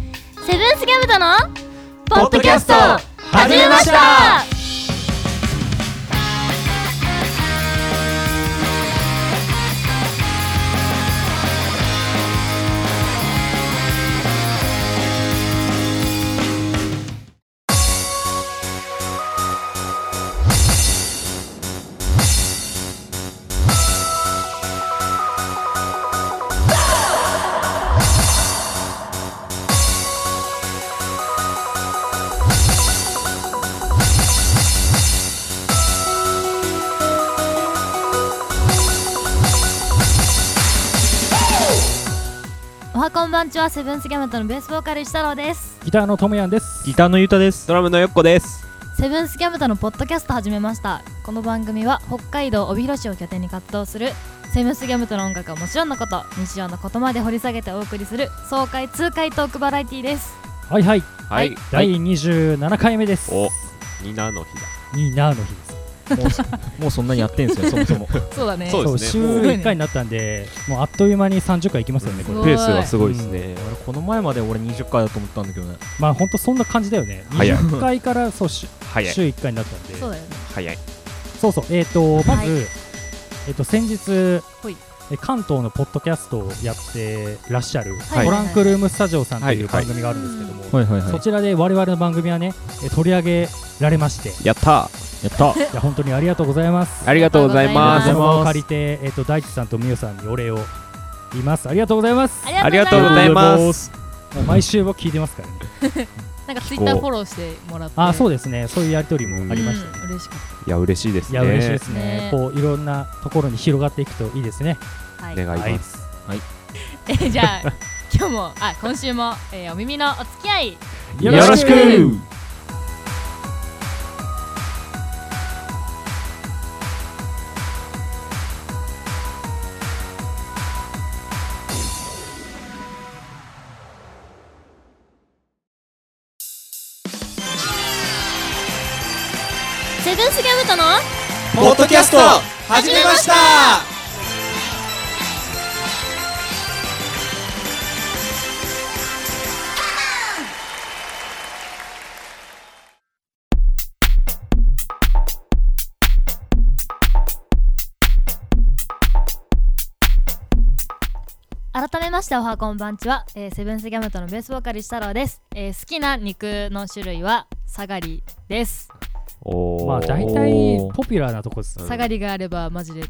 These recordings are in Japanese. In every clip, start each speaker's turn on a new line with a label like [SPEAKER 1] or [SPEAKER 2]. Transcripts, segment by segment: [SPEAKER 1] ルースギャムとの
[SPEAKER 2] ポッドキャスト始めました
[SPEAKER 1] おはこんばんちはセブンスギャムとのベースボーカル設楽です
[SPEAKER 3] ギターのともやんです。
[SPEAKER 4] ギターのゆうたです。
[SPEAKER 2] ドラムのよっこです
[SPEAKER 1] セブンスギャムとのポッドキャスト始めましたこの番組は北海道帯広市を拠点に活動するセブンスギャムとの音楽はもちろんのこと日常のことまで掘り下げてお送りする爽快痛快トークバラエティーです
[SPEAKER 3] はいはい、
[SPEAKER 2] はい
[SPEAKER 3] 第27回目です。
[SPEAKER 2] おニナの日
[SPEAKER 3] ニーナーの日です。
[SPEAKER 4] もうそんなにやってん すよ、そもそも。
[SPEAKER 1] そうだね
[SPEAKER 2] そうですね
[SPEAKER 3] 週
[SPEAKER 1] もう
[SPEAKER 3] 1回になったんで、もうあっという間に30回いきますよね、
[SPEAKER 1] す
[SPEAKER 3] これ。
[SPEAKER 1] ごいペースがす
[SPEAKER 2] す
[SPEAKER 4] うん俺この前まで俺20回だと思ったんだけどね。
[SPEAKER 3] まあ本当そんな感じだよね。
[SPEAKER 2] 早い
[SPEAKER 3] 20回からそうし
[SPEAKER 2] 早
[SPEAKER 3] 週1回になったんで。
[SPEAKER 1] そうだよね
[SPEAKER 2] 早い
[SPEAKER 3] そうそう。えっ、とまず、
[SPEAKER 1] は
[SPEAKER 3] えっ、と先日
[SPEAKER 1] ほい。
[SPEAKER 3] え関東のポッドキャストをやってらっしゃる、
[SPEAKER 1] はい
[SPEAKER 3] トランクルームスタジオさんと
[SPEAKER 2] はい
[SPEAKER 3] い
[SPEAKER 2] は
[SPEAKER 3] う
[SPEAKER 2] い
[SPEAKER 3] 番組があるんですけども、
[SPEAKER 4] いはい
[SPEAKER 3] そ。ちらで我々の番組はねえ取り上げられまして、い
[SPEAKER 2] やった
[SPEAKER 4] やった。
[SPEAKER 3] や本当にありがとうございます。
[SPEAKER 2] ありがとうござい
[SPEAKER 1] あ
[SPEAKER 2] ま
[SPEAKER 1] りが
[SPEAKER 2] す
[SPEAKER 3] そ
[SPEAKER 1] と
[SPEAKER 3] の
[SPEAKER 1] う
[SPEAKER 3] 場を
[SPEAKER 4] あ
[SPEAKER 3] 借
[SPEAKER 4] り
[SPEAKER 3] りて、えっと大地さんとみゆさんにお礼を言います。ありがとうございます。
[SPEAKER 2] ありがとうございます
[SPEAKER 3] もう毎週は聞いてますからね。
[SPEAKER 1] なんかツイッターフォローしてもらって
[SPEAKER 3] あ、そう
[SPEAKER 1] う
[SPEAKER 3] ですね。そういうやりとりもありましたね。
[SPEAKER 1] うん嬉しかっ
[SPEAKER 2] いや嬉しいです
[SPEAKER 3] い
[SPEAKER 2] ね
[SPEAKER 3] や嬉しいです
[SPEAKER 1] ね
[SPEAKER 3] ね。こういろんなところに広がっていくといいですね。
[SPEAKER 1] たはい
[SPEAKER 2] 願います
[SPEAKER 1] えー じゃあ今日もあ今週も、えーお耳のお付き合い
[SPEAKER 3] よろしく
[SPEAKER 1] セブンスギャムとの
[SPEAKER 2] ポッドキャスト始
[SPEAKER 1] めました改めましておはこんばんちは、えーセブンスギャムとのベースボーカル設太郎です、えー好きな肉の種類はサガリです
[SPEAKER 2] おー
[SPEAKER 3] まあ大体ポピュラーなとこです。
[SPEAKER 1] サガリがあればマジで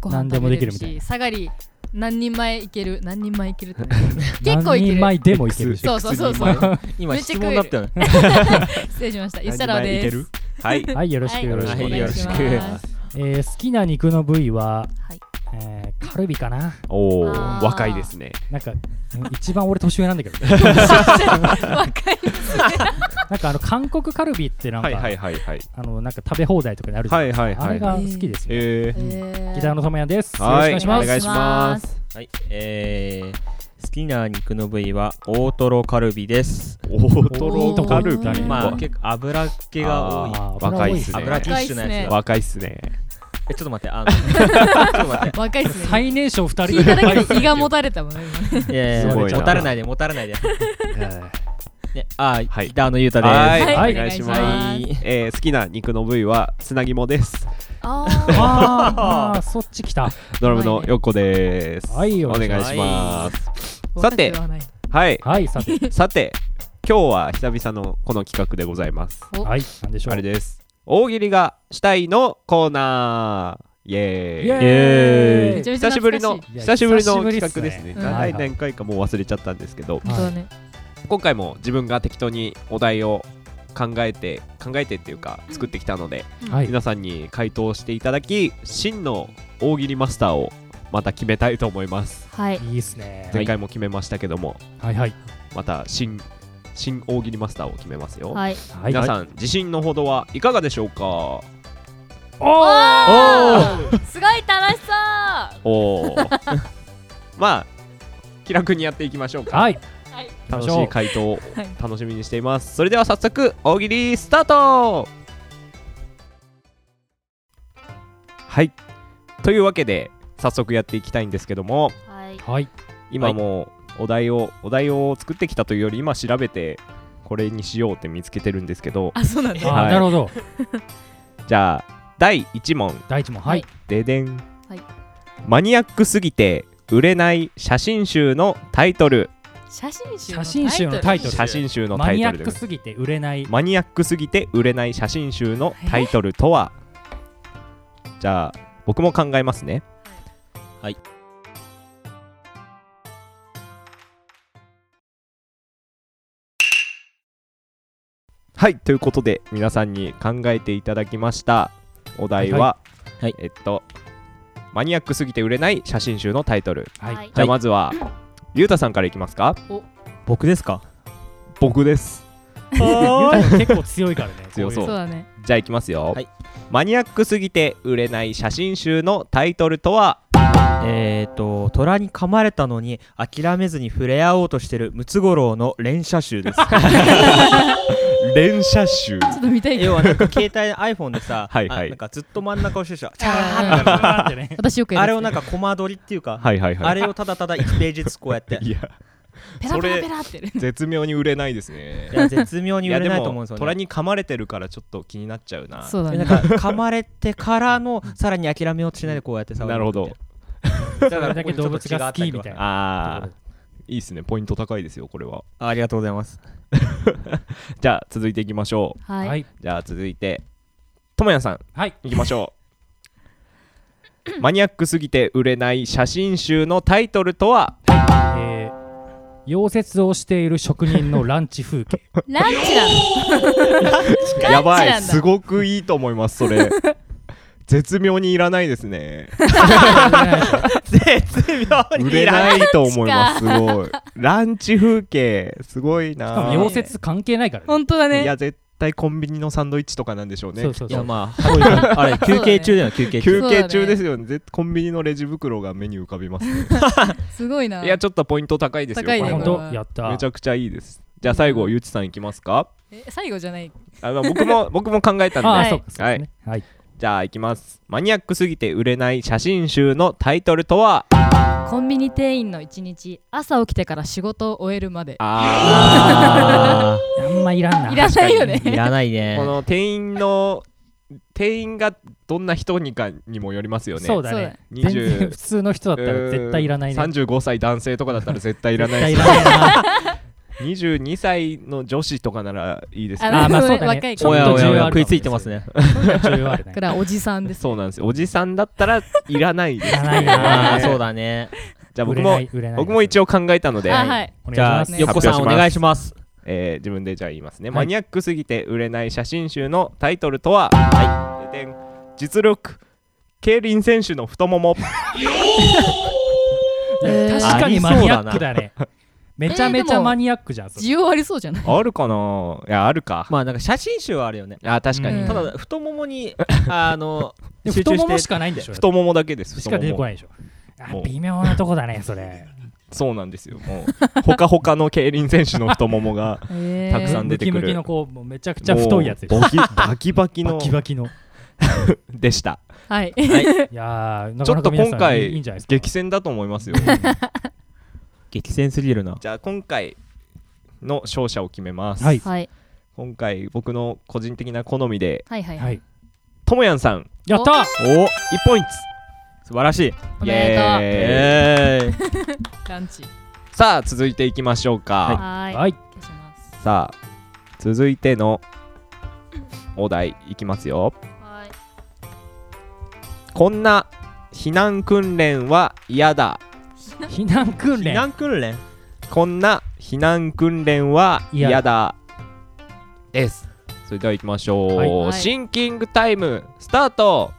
[SPEAKER 1] ご飯
[SPEAKER 3] 何で
[SPEAKER 1] 食
[SPEAKER 3] も
[SPEAKER 1] べ
[SPEAKER 3] で
[SPEAKER 1] れる
[SPEAKER 3] きるみたい
[SPEAKER 1] し
[SPEAKER 3] な
[SPEAKER 1] サガリ何人前いける何人前いけるって 結構いけ
[SPEAKER 3] 何人
[SPEAKER 1] る
[SPEAKER 3] 前でもいけるし。
[SPEAKER 1] そうそうそうそう
[SPEAKER 4] 今
[SPEAKER 1] めっちゃ
[SPEAKER 4] 質問だったよね。
[SPEAKER 1] 失礼しました
[SPEAKER 2] 何
[SPEAKER 1] 吉
[SPEAKER 2] 人
[SPEAKER 1] 太郎
[SPEAKER 2] 前い
[SPEAKER 1] で
[SPEAKER 2] け
[SPEAKER 1] す
[SPEAKER 2] るはい
[SPEAKER 3] はい、よろしく
[SPEAKER 1] はい
[SPEAKER 3] よろしく。
[SPEAKER 4] はいよろしく
[SPEAKER 1] お願いします
[SPEAKER 3] えー好きな肉の部位は、
[SPEAKER 1] はい
[SPEAKER 3] えーカルビかな。
[SPEAKER 2] おお
[SPEAKER 1] あー
[SPEAKER 2] 若いですね
[SPEAKER 3] なんかうん一番俺年上なんだけど。
[SPEAKER 1] 若い
[SPEAKER 3] なんかあの韓国カルビってなん
[SPEAKER 2] はいは
[SPEAKER 3] か
[SPEAKER 2] いはいはい
[SPEAKER 3] あのなんか食べ放題とかにあるじゃん。
[SPEAKER 2] はいはい
[SPEAKER 3] あ
[SPEAKER 2] は
[SPEAKER 3] れ
[SPEAKER 2] い
[SPEAKER 3] が好きですよ。
[SPEAKER 2] えー
[SPEAKER 3] ギター
[SPEAKER 1] の
[SPEAKER 3] のともやんです。
[SPEAKER 2] はい
[SPEAKER 3] よろしくお願いします。
[SPEAKER 2] いします
[SPEAKER 4] はい、えー、好きな肉の部位は大トロカルビです。
[SPEAKER 2] 大ト
[SPEAKER 1] 大ト
[SPEAKER 2] ロ
[SPEAKER 1] ロ
[SPEAKER 2] カルビ
[SPEAKER 1] だね
[SPEAKER 4] ま
[SPEAKER 2] わ
[SPEAKER 4] あ結構油っ気が多い。
[SPEAKER 3] あー
[SPEAKER 2] 若いですね
[SPEAKER 4] 油ティッシュなやつが。
[SPEAKER 2] 若いっすね
[SPEAKER 4] え、ちょっと待って、 あの、ちょっと待っ
[SPEAKER 1] 若いっすね
[SPEAKER 3] 最年少二人
[SPEAKER 1] 聞いただけ
[SPEAKER 3] で
[SPEAKER 1] で胃がもたれたもんね今ね
[SPEAKER 4] て、いやいや
[SPEAKER 2] すごいな
[SPEAKER 4] もたれないで、もたれないで。ね、あー、
[SPEAKER 2] はい
[SPEAKER 4] ギターのゆうたです。
[SPEAKER 2] はい
[SPEAKER 3] はい
[SPEAKER 2] お願いします
[SPEAKER 4] はい。
[SPEAKER 2] えー好きな肉の部位はつなぎもです
[SPEAKER 1] あー
[SPEAKER 3] あーあー、そっち来た。
[SPEAKER 2] ドラムのよっこです。
[SPEAKER 3] はい
[SPEAKER 2] お
[SPEAKER 3] よろ
[SPEAKER 2] 願
[SPEAKER 3] しく
[SPEAKER 2] いします。
[SPEAKER 1] 若
[SPEAKER 2] さ
[SPEAKER 1] く
[SPEAKER 2] て
[SPEAKER 1] は、ない
[SPEAKER 2] はい、
[SPEAKER 3] はい、さて、
[SPEAKER 2] さて、今日は久々のこの企画でございます。
[SPEAKER 1] お
[SPEAKER 3] はい、なんでしょう。
[SPEAKER 2] あれです。大喜利がしたいのコーナー。イエ
[SPEAKER 3] イエ
[SPEAKER 2] ーイ。
[SPEAKER 3] ーイ
[SPEAKER 1] めちゃめちゃ
[SPEAKER 2] 久しぶりの
[SPEAKER 1] 懐かしい
[SPEAKER 3] いや
[SPEAKER 2] 久しぶりの企画
[SPEAKER 3] 久しぶり
[SPEAKER 2] で
[SPEAKER 3] っす
[SPEAKER 2] す
[SPEAKER 3] ね
[SPEAKER 2] ね。
[SPEAKER 1] うん
[SPEAKER 2] 何回何回かもう忘れちゃったんですけど、
[SPEAKER 1] 本当だね
[SPEAKER 2] 今回も自分が適当にお題を考えて考えてっていうか作ってきたので、
[SPEAKER 3] はい、
[SPEAKER 2] 皆さんに回答していただき、真の大喜利マスターをまた決めたいと思います。
[SPEAKER 1] はい
[SPEAKER 3] いいっすね。
[SPEAKER 2] 前回も決めましたけども、
[SPEAKER 3] はいはい。
[SPEAKER 2] また新新大喜利マスターを決めますよ、
[SPEAKER 1] はい
[SPEAKER 3] はい
[SPEAKER 2] 皆さん、
[SPEAKER 3] ん。
[SPEAKER 2] 自信のほどはいかがでしょうか
[SPEAKER 1] おーすごい楽しそう
[SPEAKER 2] おーまあ気楽にやっていきましょうか、
[SPEAKER 3] はい、
[SPEAKER 1] はい
[SPEAKER 2] 楽しい回答を
[SPEAKER 1] はい
[SPEAKER 2] 楽しみにしていますそれでは早速大喜利スタートはいというわけで早速やっていきたいんですけども
[SPEAKER 1] はい
[SPEAKER 3] はい。
[SPEAKER 2] 今もうお題をお題を作ってきたというより今調べてこれにしようって見つけてるんですけど
[SPEAKER 1] あそうなんだ
[SPEAKER 3] あ、
[SPEAKER 2] はい
[SPEAKER 3] なるほど。
[SPEAKER 2] じゃあ第1問
[SPEAKER 3] 第一問、はい。
[SPEAKER 2] ででん、
[SPEAKER 1] はい
[SPEAKER 2] マニアックすぎて売れない写真集のタイトル
[SPEAKER 1] 写真集
[SPEAKER 3] 写真集のタイトル
[SPEAKER 2] 写真集の
[SPEAKER 3] マ
[SPEAKER 2] タイ
[SPEAKER 3] ニア
[SPEAKER 2] トルで
[SPEAKER 3] ック
[SPEAKER 2] ございます
[SPEAKER 3] すぎて売れない。
[SPEAKER 2] マニアックすぎて売れない写真集のタイトルとはじゃあ僕も考えますね
[SPEAKER 4] はい
[SPEAKER 2] はいということで皆さんに考えていただきましたお題は、
[SPEAKER 4] いはい
[SPEAKER 2] えっとマニアックすぎて売れない写真集のタイトル、
[SPEAKER 1] は、
[SPEAKER 3] はいい
[SPEAKER 1] はい
[SPEAKER 2] じゃあまずは、ゆうたさんからいきますか
[SPEAKER 4] 僕ですか
[SPEAKER 2] 僕です
[SPEAKER 3] 言うたら結構強いからね。
[SPEAKER 2] 強そう
[SPEAKER 1] そうだね
[SPEAKER 2] じゃあいきますよ、
[SPEAKER 4] はい
[SPEAKER 2] マニアックすぎて売れない写真集のタイトルとは
[SPEAKER 4] えっ、と虎に噛まれたのに諦めずに触れ合おうとしてるムツゴロウの連写集です
[SPEAKER 2] 連写集
[SPEAKER 1] ちょっと見たいけど
[SPEAKER 4] 要はなんか携帯 iPhone で さ
[SPEAKER 2] はいはい
[SPEAKER 4] あなんかずっと真ん中をして るでしょ
[SPEAKER 1] あー
[SPEAKER 3] あーっ てね。
[SPEAKER 1] 私よくやる
[SPEAKER 4] あれをなんかコマ撮りっていうか、
[SPEAKER 2] はいはいはい
[SPEAKER 4] あれをただただ1ページずつこうやって
[SPEAKER 2] いや
[SPEAKER 1] ペラペラ
[SPEAKER 2] それ
[SPEAKER 1] ペラってね
[SPEAKER 2] 絶妙に売れないですね
[SPEAKER 4] いや絶妙に売れないと思うんですよ
[SPEAKER 2] 虎
[SPEAKER 4] ね
[SPEAKER 2] に噛まれてるからちょっと気になっちゃうな
[SPEAKER 1] そうだ
[SPEAKER 4] なん
[SPEAKER 1] ね
[SPEAKER 4] か噛まれてからのさらに諦めようとしないでこうやってさ
[SPEAKER 2] なるほど
[SPEAKER 4] だ
[SPEAKER 3] それだけ動物が好きみたいな。
[SPEAKER 2] ああいいですねポイント高いですよこれは
[SPEAKER 4] ありがとうございます
[SPEAKER 2] じゃあ続いていきましょう
[SPEAKER 1] は
[SPEAKER 3] はいい。
[SPEAKER 2] じゃあ続いてともやさん
[SPEAKER 3] はい。
[SPEAKER 2] いきまし ょうマニアックすぎて売れない写真集のタイトルとは
[SPEAKER 3] えー溶接をしている職人のランチ風 景。
[SPEAKER 1] ランチだランチなんだ
[SPEAKER 2] やばいすごくいいと思いますそ れ絶妙にいらないです ね
[SPEAKER 4] 絶妙
[SPEAKER 2] 売
[SPEAKER 4] に
[SPEAKER 2] れ
[SPEAKER 4] いらない
[SPEAKER 2] ないと思いますすごいランチ風景すごい
[SPEAKER 3] しかも
[SPEAKER 2] な
[SPEAKER 3] 溶接関係ないからね。
[SPEAKER 1] 本当だ
[SPEAKER 2] い
[SPEAKER 1] ね
[SPEAKER 2] や絶対コンビニのサンドイッチとかなんでしょうね
[SPEAKER 3] そうそう
[SPEAKER 4] い
[SPEAKER 3] そ
[SPEAKER 4] や
[SPEAKER 3] う。
[SPEAKER 4] まあそういう あれ休憩中だよ休憩中
[SPEAKER 2] 休
[SPEAKER 1] そうだ
[SPEAKER 2] 憩
[SPEAKER 1] ね
[SPEAKER 2] 中ですよね絶コンビニのレジ袋が目に浮かびますね、
[SPEAKER 1] すごいない
[SPEAKER 2] やちょっとポイント高いですよ
[SPEAKER 1] 高いね
[SPEAKER 2] これ
[SPEAKER 3] 本
[SPEAKER 1] これは
[SPEAKER 3] 当やった。
[SPEAKER 2] めちゃくちゃいいですじゃあ最後ゆうちさんいきますか
[SPEAKER 1] え最後じゃない
[SPEAKER 2] あまあ僕も 僕も考えたんで、
[SPEAKER 3] あ
[SPEAKER 1] は
[SPEAKER 3] あ
[SPEAKER 1] い
[SPEAKER 3] ー、そうかそうですね。はい。
[SPEAKER 2] じゃあいきますマニアックすぎて売れない写真集のタイトルと は
[SPEAKER 1] コンビニ店員の一日朝起きてから仕事を終えるまで
[SPEAKER 2] あ
[SPEAKER 4] あ
[SPEAKER 3] あんまいらんな。
[SPEAKER 1] いらないよね
[SPEAKER 4] ーいらない
[SPEAKER 2] ー
[SPEAKER 4] ね
[SPEAKER 2] この店員の店員がどんな人にかにもよりますよね
[SPEAKER 3] そう
[SPEAKER 1] そ
[SPEAKER 3] だ
[SPEAKER 1] うだ
[SPEAKER 3] ね
[SPEAKER 1] ね。
[SPEAKER 3] 全
[SPEAKER 2] 20
[SPEAKER 3] 然普通の人だったら絶対いらないね。
[SPEAKER 2] 三十五歳男性とかだったら絶対いらない
[SPEAKER 3] 絶対
[SPEAKER 2] で
[SPEAKER 3] い
[SPEAKER 2] す
[SPEAKER 3] らないな。
[SPEAKER 2] 二十二歳の女子とかならいいです
[SPEAKER 1] あ
[SPEAKER 2] け
[SPEAKER 1] の
[SPEAKER 2] ど
[SPEAKER 3] あーまあそうだ
[SPEAKER 1] 若い子
[SPEAKER 3] ね。ちょ
[SPEAKER 4] お
[SPEAKER 3] っ
[SPEAKER 4] や
[SPEAKER 3] と
[SPEAKER 4] お
[SPEAKER 3] 重
[SPEAKER 4] や
[SPEAKER 3] 要
[SPEAKER 4] おや
[SPEAKER 3] あるかも
[SPEAKER 4] 食いついてますね
[SPEAKER 3] 重要あるね
[SPEAKER 1] だ。からおじさんです
[SPEAKER 2] そうなんですよおじさんだったらいらないです
[SPEAKER 3] いらないな
[SPEAKER 4] ああそうだね
[SPEAKER 2] じゃあ僕も僕も一
[SPEAKER 3] 応
[SPEAKER 2] 応考えたので、
[SPEAKER 1] あはい
[SPEAKER 3] お
[SPEAKER 4] じ
[SPEAKER 3] 願
[SPEAKER 4] ゃ
[SPEAKER 3] い
[SPEAKER 4] あ
[SPEAKER 3] し
[SPEAKER 1] ね
[SPEAKER 3] ま
[SPEAKER 4] よっこさんお願いします
[SPEAKER 2] えー自分でじゃあ言いますね、
[SPEAKER 3] はい
[SPEAKER 2] マニアックすぎて売れない写真集のタイトルとは、ででん実力競輪選手の太もも
[SPEAKER 1] えー
[SPEAKER 3] す。確かにマニアックだね。めちゃめちゃマニアックじゃん。それ
[SPEAKER 1] 需要ありそうじゃない
[SPEAKER 2] あるかないやあるか、
[SPEAKER 4] まあなんか写真集はあるよね
[SPEAKER 2] あ確かに、
[SPEAKER 1] うん
[SPEAKER 4] ただ太ももにあの
[SPEAKER 3] でも
[SPEAKER 4] 集中
[SPEAKER 3] 太もも
[SPEAKER 4] し
[SPEAKER 3] してかないんでしょ。
[SPEAKER 2] 太ももだけです
[SPEAKER 3] しか
[SPEAKER 2] 太
[SPEAKER 3] 出て
[SPEAKER 2] も
[SPEAKER 3] こ
[SPEAKER 2] も
[SPEAKER 3] ないでしょ。あ
[SPEAKER 2] もう
[SPEAKER 3] 微妙なとこだね、それ。
[SPEAKER 2] そうなんですよもうほかほかの競輪選手の太もも が
[SPEAKER 1] えー
[SPEAKER 2] たくさん出てくる
[SPEAKER 3] ムキムキのこう、もうめちゃくちゃ太いやつでし
[SPEAKER 2] も
[SPEAKER 3] ょ
[SPEAKER 2] う。バキバキバキ
[SPEAKER 3] バ
[SPEAKER 2] の
[SPEAKER 3] キバキの。い
[SPEAKER 2] でした
[SPEAKER 1] はい
[SPEAKER 3] やー、な
[SPEAKER 2] ち
[SPEAKER 3] か
[SPEAKER 2] ょ
[SPEAKER 3] な
[SPEAKER 2] っ
[SPEAKER 3] か
[SPEAKER 2] と
[SPEAKER 3] 皆
[SPEAKER 2] 今
[SPEAKER 3] さんい
[SPEAKER 2] 回
[SPEAKER 3] いいいんじゃないです
[SPEAKER 2] 激
[SPEAKER 3] か。
[SPEAKER 2] 戦だと思いますよ
[SPEAKER 4] 激戦すぎるな
[SPEAKER 2] じゃあ今回の勝者を決めます、
[SPEAKER 3] はい。
[SPEAKER 1] はい
[SPEAKER 2] 今回僕の個人的な好みで
[SPEAKER 1] はいはい
[SPEAKER 3] はい。
[SPEAKER 2] ともやんさん
[SPEAKER 3] やったー
[SPEAKER 4] おお
[SPEAKER 2] 1ポイント
[SPEAKER 4] 素晴らしい
[SPEAKER 1] おめでとう
[SPEAKER 2] エーイ
[SPEAKER 4] え え
[SPEAKER 1] ランチ
[SPEAKER 2] さあ続いていきましょうか、
[SPEAKER 1] はーい
[SPEAKER 3] はい。
[SPEAKER 1] 消します
[SPEAKER 2] さあ続いてのお題いきますよ
[SPEAKER 1] はい
[SPEAKER 2] こんな避難訓練は嫌だ
[SPEAKER 3] 避難訓
[SPEAKER 4] 避
[SPEAKER 3] 練。
[SPEAKER 4] 難訓練
[SPEAKER 2] こんな避難訓練は嫌だ
[SPEAKER 3] 嫌
[SPEAKER 2] ですそれでは行きましょう、
[SPEAKER 3] はい
[SPEAKER 1] はい
[SPEAKER 2] シンキングタイムスタート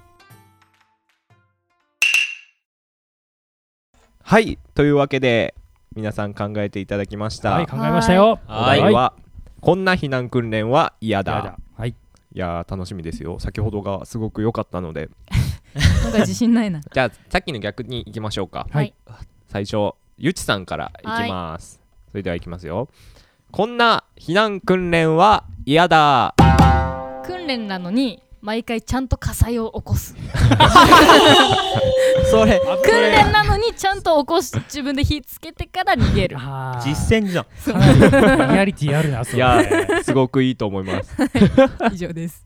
[SPEAKER 2] はいというわけで皆さん考えていただきました、
[SPEAKER 3] はい、考えましたよ。
[SPEAKER 2] お題
[SPEAKER 3] はい
[SPEAKER 2] は、こんな避難訓練は嫌だ
[SPEAKER 3] やだはい。
[SPEAKER 2] いやー楽しみですよ先ほどがすごく良かったので
[SPEAKER 1] 今回自信ないな
[SPEAKER 2] じゃあさっきの逆に行きましょうか
[SPEAKER 1] はい
[SPEAKER 2] 最初ゆちさんからいきます、それではいきますよこんな避難訓練は嫌だ
[SPEAKER 1] 訓練なのに毎回ちゃんと火災を起こす
[SPEAKER 4] それ
[SPEAKER 1] 訓練なのにちゃんと起こし自分で火つけてから逃げる
[SPEAKER 3] あー
[SPEAKER 4] 実践じゃん
[SPEAKER 3] かなりリアリティあるな、そ
[SPEAKER 2] い
[SPEAKER 3] れ。い
[SPEAKER 2] や
[SPEAKER 3] や、
[SPEAKER 2] すごくいいと思います
[SPEAKER 1] 以上です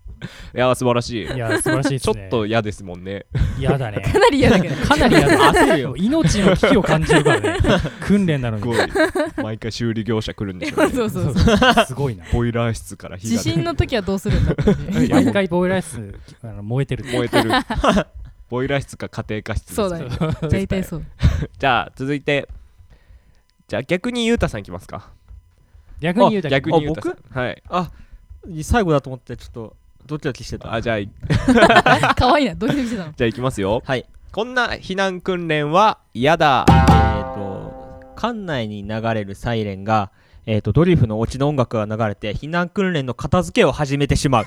[SPEAKER 2] いや素晴らしい
[SPEAKER 3] 素晴らしいです
[SPEAKER 2] ちょ
[SPEAKER 3] ね。
[SPEAKER 2] っと嫌ですもんね
[SPEAKER 3] 嫌だね。
[SPEAKER 1] かなり嫌だけど
[SPEAKER 3] かなり嫌だ。
[SPEAKER 2] 焦るよ
[SPEAKER 3] もう命の危機を感じるから ね。訓練なの
[SPEAKER 2] す
[SPEAKER 3] に。
[SPEAKER 2] ごい毎回修理業者来るんでしょ
[SPEAKER 1] そうう
[SPEAKER 2] ね
[SPEAKER 1] そうそう
[SPEAKER 3] すごいな。
[SPEAKER 2] ボイラー室から火
[SPEAKER 1] 地
[SPEAKER 2] が出て
[SPEAKER 1] 震の時はどうするんだっていう
[SPEAKER 2] いやもう
[SPEAKER 3] 毎回ボイラー室あの燃えてる。
[SPEAKER 2] 燃えてるボイラー室か家庭科室です
[SPEAKER 1] そうだよ大体そう
[SPEAKER 2] じゃあ続いてじゃあ逆にゆうたさんいきますか
[SPEAKER 3] 逆に言うだけ
[SPEAKER 2] 逆にゆうた
[SPEAKER 4] あ
[SPEAKER 2] さんはい
[SPEAKER 4] あ最後だと思ってちょっとドキドキしてた
[SPEAKER 2] あじゃあい
[SPEAKER 1] 可愛いなドキドキしてたの
[SPEAKER 2] じゃあいきますよ
[SPEAKER 4] はい
[SPEAKER 2] こんな避難訓練は嫌だ
[SPEAKER 4] えっ、と館内に流れるサイレンがえー、とドリフのオチの音楽が流れて避難訓練の片付けを始めてしま う。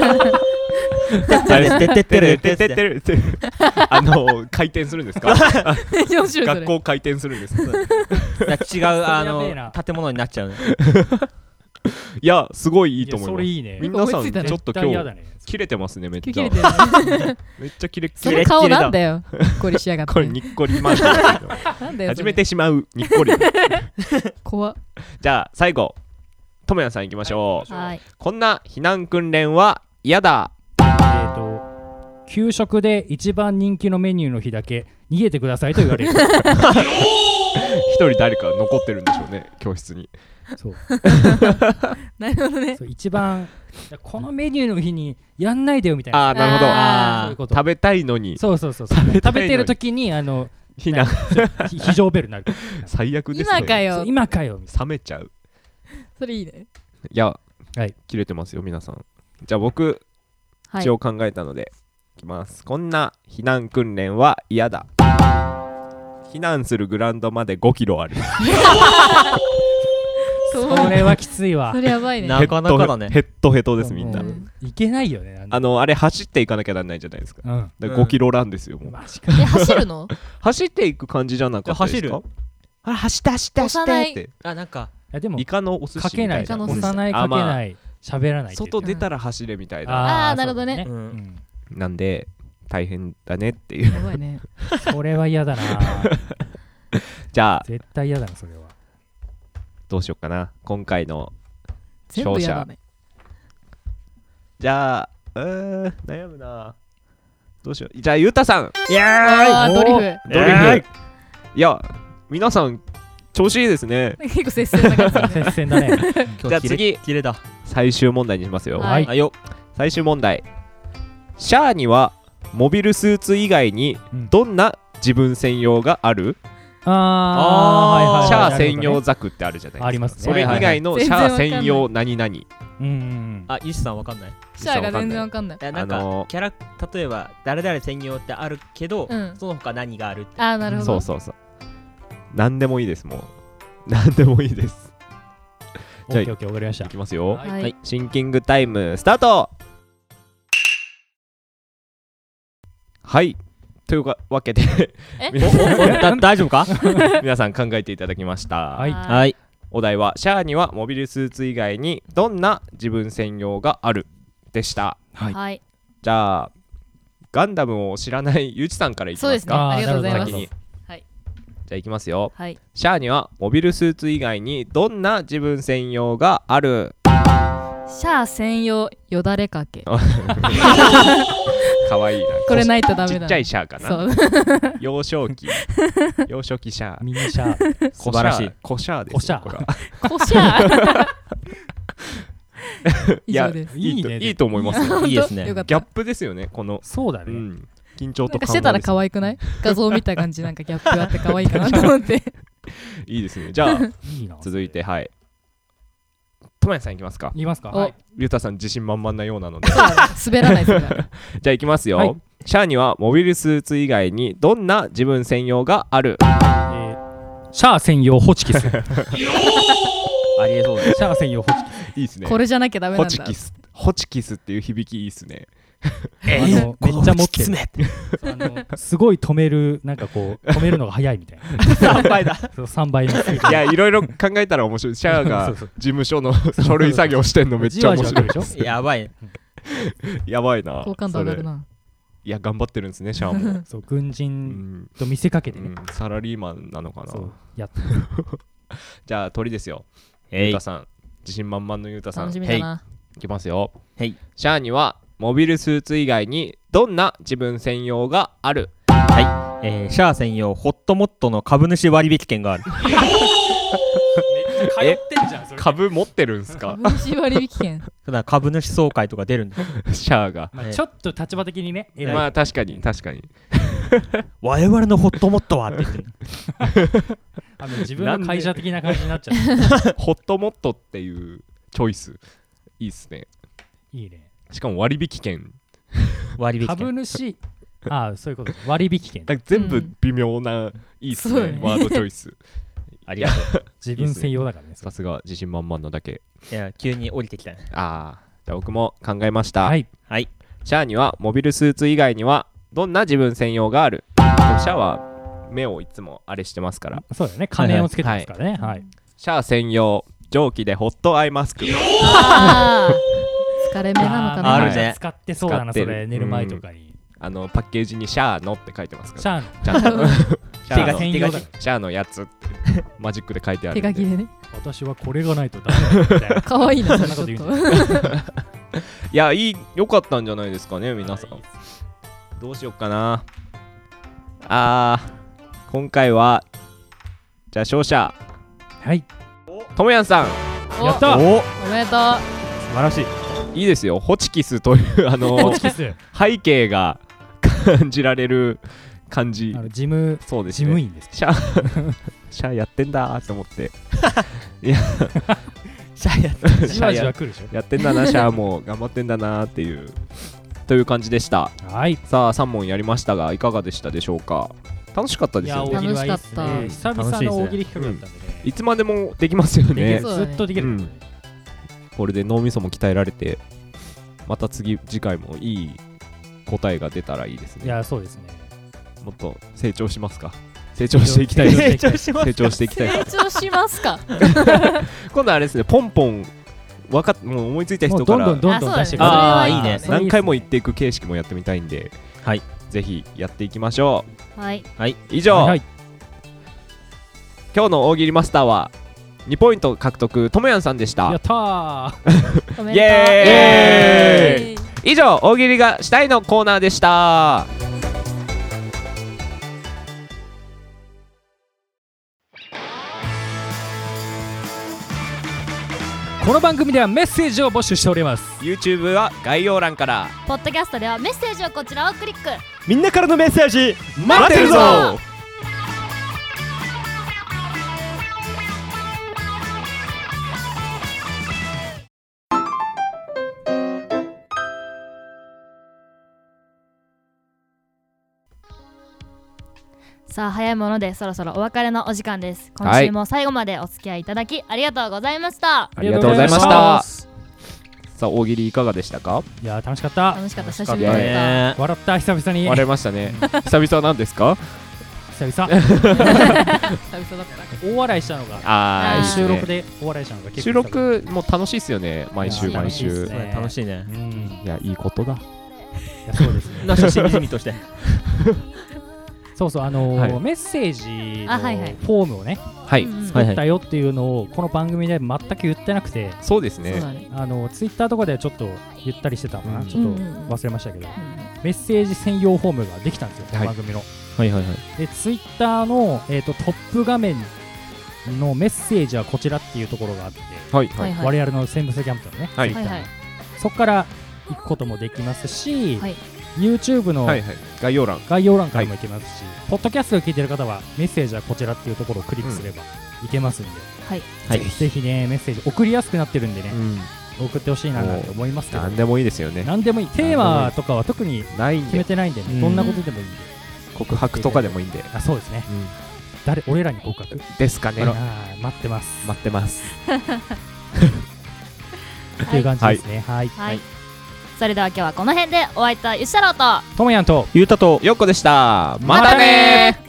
[SPEAKER 4] てってってれてってってれ
[SPEAKER 2] るてるあの回転するんですか
[SPEAKER 1] 面白いそれ
[SPEAKER 2] 学校回転するんですか
[SPEAKER 4] 違うあ
[SPEAKER 3] それやべえな
[SPEAKER 4] の建物になっちゃう ね。
[SPEAKER 2] いやすごいいいと
[SPEAKER 3] や
[SPEAKER 2] 思い
[SPEAKER 3] そ
[SPEAKER 2] ま
[SPEAKER 3] れ
[SPEAKER 2] す
[SPEAKER 3] いいね。
[SPEAKER 2] 皆さ
[SPEAKER 1] 追
[SPEAKER 2] ん
[SPEAKER 1] いついたね
[SPEAKER 2] ちょっと
[SPEAKER 3] 絶対嫌
[SPEAKER 2] 今
[SPEAKER 3] だ
[SPEAKER 2] 日
[SPEAKER 3] ね。
[SPEAKER 2] 切れてますねめっ
[SPEAKER 1] 今日
[SPEAKER 2] ち
[SPEAKER 1] 切
[SPEAKER 2] ゃ
[SPEAKER 1] れてるね
[SPEAKER 2] めっちゃキレッ
[SPEAKER 1] そ
[SPEAKER 2] キ
[SPEAKER 1] の
[SPEAKER 2] レ
[SPEAKER 1] 顔なんだよにっこりしやがって
[SPEAKER 2] これにっこりました
[SPEAKER 1] なんだよ
[SPEAKER 2] 始めてしまうにっこり
[SPEAKER 1] 怖
[SPEAKER 2] じゃあ最後ともやさんいきましょう、
[SPEAKER 1] はい
[SPEAKER 2] こんな避難訓練は嫌だ
[SPEAKER 3] えっと、給食で一番人気のメニューの日だけ逃げてくださいと言わ れる。
[SPEAKER 2] 一人誰か残ってるんでしょうね教室に
[SPEAKER 3] そう
[SPEAKER 1] なるほどね
[SPEAKER 3] そう一番このメニューの日にやんないでよみたいな
[SPEAKER 2] ああなるほど
[SPEAKER 1] あー
[SPEAKER 3] そういうこと
[SPEAKER 2] 食べたいのに
[SPEAKER 3] そうそうそうそう
[SPEAKER 2] べたいの
[SPEAKER 3] 食
[SPEAKER 2] に
[SPEAKER 3] べてる時にあの
[SPEAKER 2] 避難
[SPEAKER 3] ひ 非常ベルになる
[SPEAKER 2] 最悪ですね
[SPEAKER 1] 今か
[SPEAKER 3] そう
[SPEAKER 1] よ
[SPEAKER 3] 今かよみた
[SPEAKER 2] 冷
[SPEAKER 3] い
[SPEAKER 2] めちゃう
[SPEAKER 1] それいいね
[SPEAKER 2] いや、
[SPEAKER 3] はい
[SPEAKER 2] 切れてますよ皆さんじゃあ僕
[SPEAKER 1] はい
[SPEAKER 2] 一応考えたので、い、きますこんな避難訓練は嫌だ避難するグラウンドまで5キロある
[SPEAKER 1] そう
[SPEAKER 3] なこれはきついわ
[SPEAKER 1] それやばいね
[SPEAKER 4] なかなかだね
[SPEAKER 2] ヘッドヘッドヘッドですみんな
[SPEAKER 1] うん
[SPEAKER 3] いけないよねあの
[SPEAKER 2] あのあれ走っていかなきゃなんないじゃないですか
[SPEAKER 3] うん
[SPEAKER 2] だから
[SPEAKER 4] うん
[SPEAKER 2] 5キロランですよ、もう
[SPEAKER 3] マジか
[SPEAKER 1] え走るの
[SPEAKER 2] 走っていく感じじゃなかったですか
[SPEAKER 4] 走る
[SPEAKER 2] あ走って走って走ってって
[SPEAKER 4] あなんか
[SPEAKER 3] いやでも
[SPEAKER 2] イカのお寿司
[SPEAKER 3] かけない
[SPEAKER 2] みた
[SPEAKER 1] イカの
[SPEAKER 2] いな
[SPEAKER 1] お寿司
[SPEAKER 3] 幼い
[SPEAKER 2] あ
[SPEAKER 3] かけ
[SPEAKER 2] まあ
[SPEAKER 3] ない喋らないっていう
[SPEAKER 2] 外出たら走れみたいな
[SPEAKER 1] あーなるほどね
[SPEAKER 3] そうだ
[SPEAKER 4] うん
[SPEAKER 2] なんで大変だねっていう
[SPEAKER 1] やばいね
[SPEAKER 3] うんそれは嫌だな
[SPEAKER 2] じゃあ
[SPEAKER 3] 絶対嫌だなそれは
[SPEAKER 2] どうしようかな今回の
[SPEAKER 1] 全部やだね
[SPEAKER 2] じゃあうーん悩むなどうしようじゃあゆうたさん
[SPEAKER 4] いや
[SPEAKER 1] あー
[SPEAKER 3] お
[SPEAKER 1] ド
[SPEAKER 3] ー
[SPEAKER 1] リフ
[SPEAKER 2] ドリフいや皆さん調子いいですね
[SPEAKER 1] 結構接戦な感じだね
[SPEAKER 3] 接戦だね
[SPEAKER 4] ー
[SPEAKER 2] じゃあ次
[SPEAKER 4] キレだ
[SPEAKER 2] 最終問題にしますよ、
[SPEAKER 1] はい
[SPEAKER 4] あよ
[SPEAKER 2] 最終問題シャアにはモビルスーツ以外に
[SPEAKER 3] うん
[SPEAKER 2] どんな自分専用がある、
[SPEAKER 3] あー
[SPEAKER 4] あー
[SPEAKER 2] シャア
[SPEAKER 3] なるほどね
[SPEAKER 2] 専用ザクってあるじゃないですか
[SPEAKER 3] ありますね
[SPEAKER 2] それ以外の
[SPEAKER 1] はいはい
[SPEAKER 2] シャア専用何々
[SPEAKER 3] うんうん
[SPEAKER 4] あイシさんわかんないい
[SPEAKER 1] シャアが全然わかんない
[SPEAKER 4] や
[SPEAKER 2] な
[SPEAKER 4] なんん
[SPEAKER 2] か
[SPEAKER 4] か、キャラ例えば誰々専用ってあるけど、
[SPEAKER 1] うん
[SPEAKER 4] その他何があるって
[SPEAKER 1] あーなるほ
[SPEAKER 2] そ
[SPEAKER 1] ど
[SPEAKER 2] うそうそう何でもいいですもう 何でもいいです
[SPEAKER 3] オ
[SPEAKER 2] じゃあ
[SPEAKER 3] ッケーオッケーわかりました
[SPEAKER 2] いきますよ、
[SPEAKER 3] は
[SPEAKER 1] はい
[SPEAKER 2] シンキングタイムスタートはいというわけで
[SPEAKER 1] え
[SPEAKER 2] 皆さん
[SPEAKER 4] おおだ大丈 夫か
[SPEAKER 2] 皆さん考えていただきました、
[SPEAKER 3] はい
[SPEAKER 1] い
[SPEAKER 4] い
[SPEAKER 2] お題はシャアにはモビルスーツ以外にどんな自分専用があるでした
[SPEAKER 3] はい
[SPEAKER 1] はい
[SPEAKER 2] じゃあガンダムを知らないゆうちさんからいき
[SPEAKER 1] そう
[SPEAKER 2] ま
[SPEAKER 1] です
[SPEAKER 2] す
[SPEAKER 1] ね
[SPEAKER 2] か
[SPEAKER 3] あ
[SPEAKER 1] あ
[SPEAKER 3] ー
[SPEAKER 1] りがとうございます
[SPEAKER 2] 先に
[SPEAKER 1] はい
[SPEAKER 2] じゃあいきますよ
[SPEAKER 1] はい
[SPEAKER 2] シャアにはモビルスーツ以外にどんな自分専用が ある
[SPEAKER 1] シャア専用よだれかけ
[SPEAKER 2] かわいいな
[SPEAKER 1] これないとダメ
[SPEAKER 2] ち
[SPEAKER 1] だ
[SPEAKER 2] っちゃいシャアかな
[SPEAKER 1] そう
[SPEAKER 2] 幼少 期幼少期シャア
[SPEAKER 3] ミニシャー
[SPEAKER 4] 素晴らしい
[SPEAKER 2] コシャアですよ
[SPEAKER 3] コシャア
[SPEAKER 2] これは
[SPEAKER 1] こしゃ以
[SPEAKER 2] いや
[SPEAKER 1] 上です
[SPEAKER 2] いいと
[SPEAKER 3] いいね
[SPEAKER 2] いいと思いますよ
[SPEAKER 4] いいですね
[SPEAKER 1] よかった
[SPEAKER 2] ギャップですよねこの
[SPEAKER 3] そうだ
[SPEAKER 2] う
[SPEAKER 3] ね
[SPEAKER 2] ん緊張
[SPEAKER 1] な
[SPEAKER 2] と
[SPEAKER 1] んか
[SPEAKER 2] 緩
[SPEAKER 1] して
[SPEAKER 2] 和
[SPEAKER 1] たら
[SPEAKER 2] です
[SPEAKER 1] 可愛くない画像見た感じなんかギャップあって可愛いかなと思って
[SPEAKER 2] いいですねじゃあ
[SPEAKER 3] いいな
[SPEAKER 2] 続いてはいともやさんいきますか
[SPEAKER 3] いきますか
[SPEAKER 1] お
[SPEAKER 3] はい
[SPEAKER 2] ゆうたさん自信満々なようなので じ
[SPEAKER 1] 滑らないですから
[SPEAKER 2] ゃあいきますよ、
[SPEAKER 3] はい
[SPEAKER 2] シャアにはモビルスーツ以外にどんな自分専用がある
[SPEAKER 3] えーシャア専用ホ チキスシャ
[SPEAKER 4] ありえそうだね
[SPEAKER 3] ア専用ホチキス
[SPEAKER 2] いいですね
[SPEAKER 1] これじゃなきゃダメな
[SPEAKER 2] ホ
[SPEAKER 1] ん
[SPEAKER 2] チ
[SPEAKER 1] だ
[SPEAKER 2] キスホチキスっていう響きいいですね
[SPEAKER 3] あのめっちゃ持ってる
[SPEAKER 4] め
[SPEAKER 3] あのすごい止めるなんかこ う止めるのが早いみたいな
[SPEAKER 4] 3倍 だ
[SPEAKER 3] そう3倍のスピード
[SPEAKER 2] いやいろいろ考えたら面白いシャアが
[SPEAKER 3] そう
[SPEAKER 2] 事
[SPEAKER 3] そう
[SPEAKER 2] 務所の 書類作業してんのめっちゃ面
[SPEAKER 3] じわじわ
[SPEAKER 2] 白い
[SPEAKER 3] 来るでしょ、
[SPEAKER 4] やばい
[SPEAKER 2] やばいな
[SPEAKER 1] 好感度上がるな
[SPEAKER 2] いや頑張ってるんですねシャアも
[SPEAKER 3] そう軍
[SPEAKER 2] う
[SPEAKER 3] 人
[SPEAKER 2] ん
[SPEAKER 3] と見せかけて
[SPEAKER 2] う
[SPEAKER 3] ね、
[SPEAKER 2] んサラリーマンなのかな
[SPEAKER 3] そうやっ
[SPEAKER 2] じゃあ鳥ですよ
[SPEAKER 4] え
[SPEAKER 2] ゆ
[SPEAKER 4] いう
[SPEAKER 2] たさん自信満々のゆうたさん
[SPEAKER 1] 楽しみ
[SPEAKER 2] へ
[SPEAKER 1] だ
[SPEAKER 2] い
[SPEAKER 1] ない
[SPEAKER 2] きますよ
[SPEAKER 4] へい
[SPEAKER 2] シャアにはモビルスーツ以外にどんな自分専用がある
[SPEAKER 4] えーシャア専用ホットモットの株主割引券がある
[SPEAKER 3] めっちゃ通ってんじゃんそれ
[SPEAKER 2] 株持ってるんすか
[SPEAKER 1] 株主割引券
[SPEAKER 4] ただ株主総会とか出るんだ
[SPEAKER 2] シャアが
[SPEAKER 3] まあ、ちょっと立場的にね偉い
[SPEAKER 2] まあ確かに確かに
[SPEAKER 4] 我々のホットモットはって言ってる
[SPEAKER 3] あの自分の会社的な感じにな っちゃう
[SPEAKER 2] ホットモットっていうチョイスいいっすね
[SPEAKER 3] いいね
[SPEAKER 2] しかも割引券
[SPEAKER 4] 割引券
[SPEAKER 3] 株主ああそういうこと割引券
[SPEAKER 2] だから全
[SPEAKER 1] う
[SPEAKER 2] 部
[SPEAKER 1] ん
[SPEAKER 2] 微妙な、いいっす
[SPEAKER 1] そう
[SPEAKER 2] ね
[SPEAKER 1] よね
[SPEAKER 2] ワードチョイス
[SPEAKER 4] ありがとう
[SPEAKER 3] 自分専用だからねそ
[SPEAKER 2] さ
[SPEAKER 3] れ
[SPEAKER 2] すが自信満々のだけ
[SPEAKER 4] いや急に降りてきたね
[SPEAKER 2] ああじゃあ僕も考えました、
[SPEAKER 3] はい
[SPEAKER 4] はい
[SPEAKER 2] シャアにはモビルスーツ以外にはどんな自分専用があるシャアは目をいつもあれしてますから
[SPEAKER 3] そうだよね仮面をつけてますからねはい
[SPEAKER 2] シャア専用蒸気でホットアイマスク
[SPEAKER 1] あー疲れ目なのか
[SPEAKER 3] あ
[SPEAKER 1] な
[SPEAKER 4] ー
[SPEAKER 3] ー
[SPEAKER 4] あるね
[SPEAKER 3] 使ってそうだなそ
[SPEAKER 2] 使って
[SPEAKER 3] れ
[SPEAKER 2] る
[SPEAKER 3] 寝る前とかに
[SPEAKER 2] あのパッケージにシャアのって書いてますか
[SPEAKER 3] シャ アの
[SPEAKER 2] らちゃんとシャア
[SPEAKER 4] 手
[SPEAKER 2] の
[SPEAKER 4] 書
[SPEAKER 3] 手
[SPEAKER 4] き
[SPEAKER 3] 書
[SPEAKER 4] 手
[SPEAKER 3] き
[SPEAKER 4] 書き
[SPEAKER 2] シャアのやつってマジックで書いてある
[SPEAKER 1] 手
[SPEAKER 2] んで
[SPEAKER 1] 書きでね
[SPEAKER 3] 私はこれがないとダメだみたいな
[SPEAKER 1] 可愛いな
[SPEAKER 3] そんな
[SPEAKER 1] そ
[SPEAKER 3] こと
[SPEAKER 1] れ
[SPEAKER 3] 言
[SPEAKER 1] ち
[SPEAKER 3] う
[SPEAKER 1] ょっ
[SPEAKER 3] ん
[SPEAKER 1] と
[SPEAKER 2] いやいい良かったんじゃないですかね皆さんどうしよっかなあー今回はじゃあ勝者
[SPEAKER 3] はい
[SPEAKER 2] ともやんさん
[SPEAKER 1] お
[SPEAKER 3] やった
[SPEAKER 1] お
[SPEAKER 4] お
[SPEAKER 1] めでと
[SPEAKER 4] 素晴らしい
[SPEAKER 2] いいですよホチキスというあ
[SPEAKER 3] ホ
[SPEAKER 2] の
[SPEAKER 3] チキス
[SPEAKER 2] 背景が 感じられる感じ
[SPEAKER 3] あの事務
[SPEAKER 2] そうです
[SPEAKER 3] 事務
[SPEAKER 2] ね
[SPEAKER 3] 員です
[SPEAKER 2] シャアシャアやってんだーと思って
[SPEAKER 4] シャアや
[SPEAKER 3] じわじわ来るでし
[SPEAKER 2] やってんだなシャアも頑張ってんだなーっていうという感じでした
[SPEAKER 3] ょはい
[SPEAKER 2] さあ3問やりましたがいかがでしたでしょうか楽しかった
[SPEAKER 3] い
[SPEAKER 2] です
[SPEAKER 3] や
[SPEAKER 2] よ
[SPEAKER 3] 大
[SPEAKER 2] ね
[SPEAKER 3] 喜利はいいっすね
[SPEAKER 1] 楽
[SPEAKER 3] 久々
[SPEAKER 4] 楽しいっ
[SPEAKER 3] の
[SPEAKER 4] すね
[SPEAKER 3] 大喜利企画だったんでね
[SPEAKER 2] いつまでもできますよ
[SPEAKER 3] でき
[SPEAKER 2] ね
[SPEAKER 3] る
[SPEAKER 1] そう
[SPEAKER 3] ず
[SPEAKER 1] だね
[SPEAKER 3] っとでき
[SPEAKER 2] う
[SPEAKER 3] る
[SPEAKER 2] んこれで脳みそも鍛えられてまた次次回もいい答えが出たらいいです
[SPEAKER 3] い
[SPEAKER 2] ね
[SPEAKER 3] やそうですね
[SPEAKER 2] もっと成長しますか成長していきたい
[SPEAKER 3] 成
[SPEAKER 2] で
[SPEAKER 4] 成
[SPEAKER 2] す
[SPEAKER 4] 長 します
[SPEAKER 2] 成長していきたい
[SPEAKER 1] 成長しますか
[SPEAKER 2] 今度はあれですねポンポンわかっもう思いついた
[SPEAKER 3] も
[SPEAKER 2] 人
[SPEAKER 3] うど
[SPEAKER 2] か
[SPEAKER 3] んど
[SPEAKER 2] ら
[SPEAKER 3] んどんどん出してく
[SPEAKER 1] あそれ
[SPEAKER 3] る
[SPEAKER 4] あ
[SPEAKER 1] は
[SPEAKER 4] あ
[SPEAKER 1] いい
[SPEAKER 4] いいね
[SPEAKER 3] それいいっすね
[SPEAKER 2] 何回も言っていく形式もやってみたいんで
[SPEAKER 4] はい
[SPEAKER 2] ぜひやっていきましょ
[SPEAKER 1] はい、
[SPEAKER 2] う以上、
[SPEAKER 3] はいはい
[SPEAKER 2] 今日の大喜利マスターは2ポイント獲得ともやんさんでした
[SPEAKER 3] やったー
[SPEAKER 1] おめ
[SPEAKER 2] イエ
[SPEAKER 1] で
[SPEAKER 2] ーイ
[SPEAKER 1] とうイエーイ
[SPEAKER 2] 以上大喜利がしたいのコーナーでした
[SPEAKER 3] この番組ではメッセージを募集しております
[SPEAKER 2] YouTube は概要欄から
[SPEAKER 1] ポッドキャストではメッセージをこちらをクリック
[SPEAKER 4] みんなからのメッセージ
[SPEAKER 2] 待ってるぞ
[SPEAKER 1] さあ早いものでそろそろお別れのお時間です今
[SPEAKER 2] はい
[SPEAKER 1] 週も最後までお付き合いいただきありがとうございました、
[SPEAKER 2] ありがとうございまし
[SPEAKER 3] ありがとうございま
[SPEAKER 2] たさあ大喜利いかがでしたか
[SPEAKER 3] いやー楽しかった
[SPEAKER 1] 楽しかった久し
[SPEAKER 4] か
[SPEAKER 1] ぶ
[SPEAKER 4] っ
[SPEAKER 1] り
[SPEAKER 4] た
[SPEAKER 1] だった
[SPEAKER 4] ね
[SPEAKER 3] 笑った久々に
[SPEAKER 2] 割れましたね久々なんですか
[SPEAKER 3] 久々
[SPEAKER 1] 久々だった
[SPEAKER 3] 大笑いしたのが
[SPEAKER 2] あ
[SPEAKER 1] ー
[SPEAKER 2] あ
[SPEAKER 3] 収録で大笑いしたのが結構
[SPEAKER 2] 収録も楽しいっすよね毎週
[SPEAKER 1] いや
[SPEAKER 2] 毎
[SPEAKER 1] いいっ
[SPEAKER 2] 週
[SPEAKER 1] す
[SPEAKER 4] そ
[SPEAKER 1] ね
[SPEAKER 4] うだね楽しいね
[SPEAKER 3] うんい
[SPEAKER 2] いやいいことだ
[SPEAKER 3] やそうですね
[SPEAKER 4] なんかしみじみとして
[SPEAKER 3] そうそうあのー
[SPEAKER 2] はい
[SPEAKER 3] メッセージの
[SPEAKER 1] あはいはい
[SPEAKER 3] フォームをね
[SPEAKER 2] は
[SPEAKER 1] うんうん
[SPEAKER 4] はい
[SPEAKER 3] 作ったよっていうのをこの番組で全く言ってなくて
[SPEAKER 2] そうです
[SPEAKER 1] そう
[SPEAKER 2] ね
[SPEAKER 1] だね
[SPEAKER 3] あのツイッターとかではちょっと言ったりしてたのかな、
[SPEAKER 2] うん
[SPEAKER 3] ちょっと
[SPEAKER 1] うんうんうん
[SPEAKER 3] 忘れましたけど、
[SPEAKER 1] う
[SPEAKER 3] メッセージ専用フォームができたんですよ、
[SPEAKER 2] はい
[SPEAKER 3] 番組の
[SPEAKER 4] はいはいはい
[SPEAKER 3] でツイッターの、えー、とトップ画面のメッセージはこちらっていうところがあって、
[SPEAKER 2] はい
[SPEAKER 1] んは
[SPEAKER 2] はいい
[SPEAKER 1] はい
[SPEAKER 3] 我々のセムスキャンプのね、
[SPEAKER 2] はい
[SPEAKER 3] Twitter
[SPEAKER 1] はいはい
[SPEAKER 3] そこから行くこともできますし、
[SPEAKER 1] はい
[SPEAKER 3] YouTube の
[SPEAKER 2] はいはい概要欄
[SPEAKER 3] 概要欄からも行けますし、ポッドキャストを聞いてる方はメッセージはこちらっていうところをクリックすればいけますんで、
[SPEAKER 1] はい
[SPEAKER 4] はい
[SPEAKER 3] ぜひねメッセージ送りやすくなってるんでね、
[SPEAKER 2] ん
[SPEAKER 3] 送ってほしいななんて思いますけど
[SPEAKER 2] 何でもいいですよね
[SPEAKER 3] 何でもいいテーマとかは特に
[SPEAKER 2] ないん
[SPEAKER 3] 決め
[SPEAKER 2] で
[SPEAKER 3] てないんで、ね
[SPEAKER 4] うん
[SPEAKER 3] どんなことでもいいんで、
[SPEAKER 2] 告白とかでもいいんで
[SPEAKER 3] あそうですね誰俺らに合格
[SPEAKER 2] ですかね
[SPEAKER 3] あー待ってます、
[SPEAKER 2] 待ってます
[SPEAKER 3] っていう感じですねはい
[SPEAKER 1] はいそれでは今日はこの辺でお会いいたいゆしたろうと
[SPEAKER 3] ともやんと
[SPEAKER 4] ゆうたと
[SPEAKER 2] よっこでした
[SPEAKER 3] またねー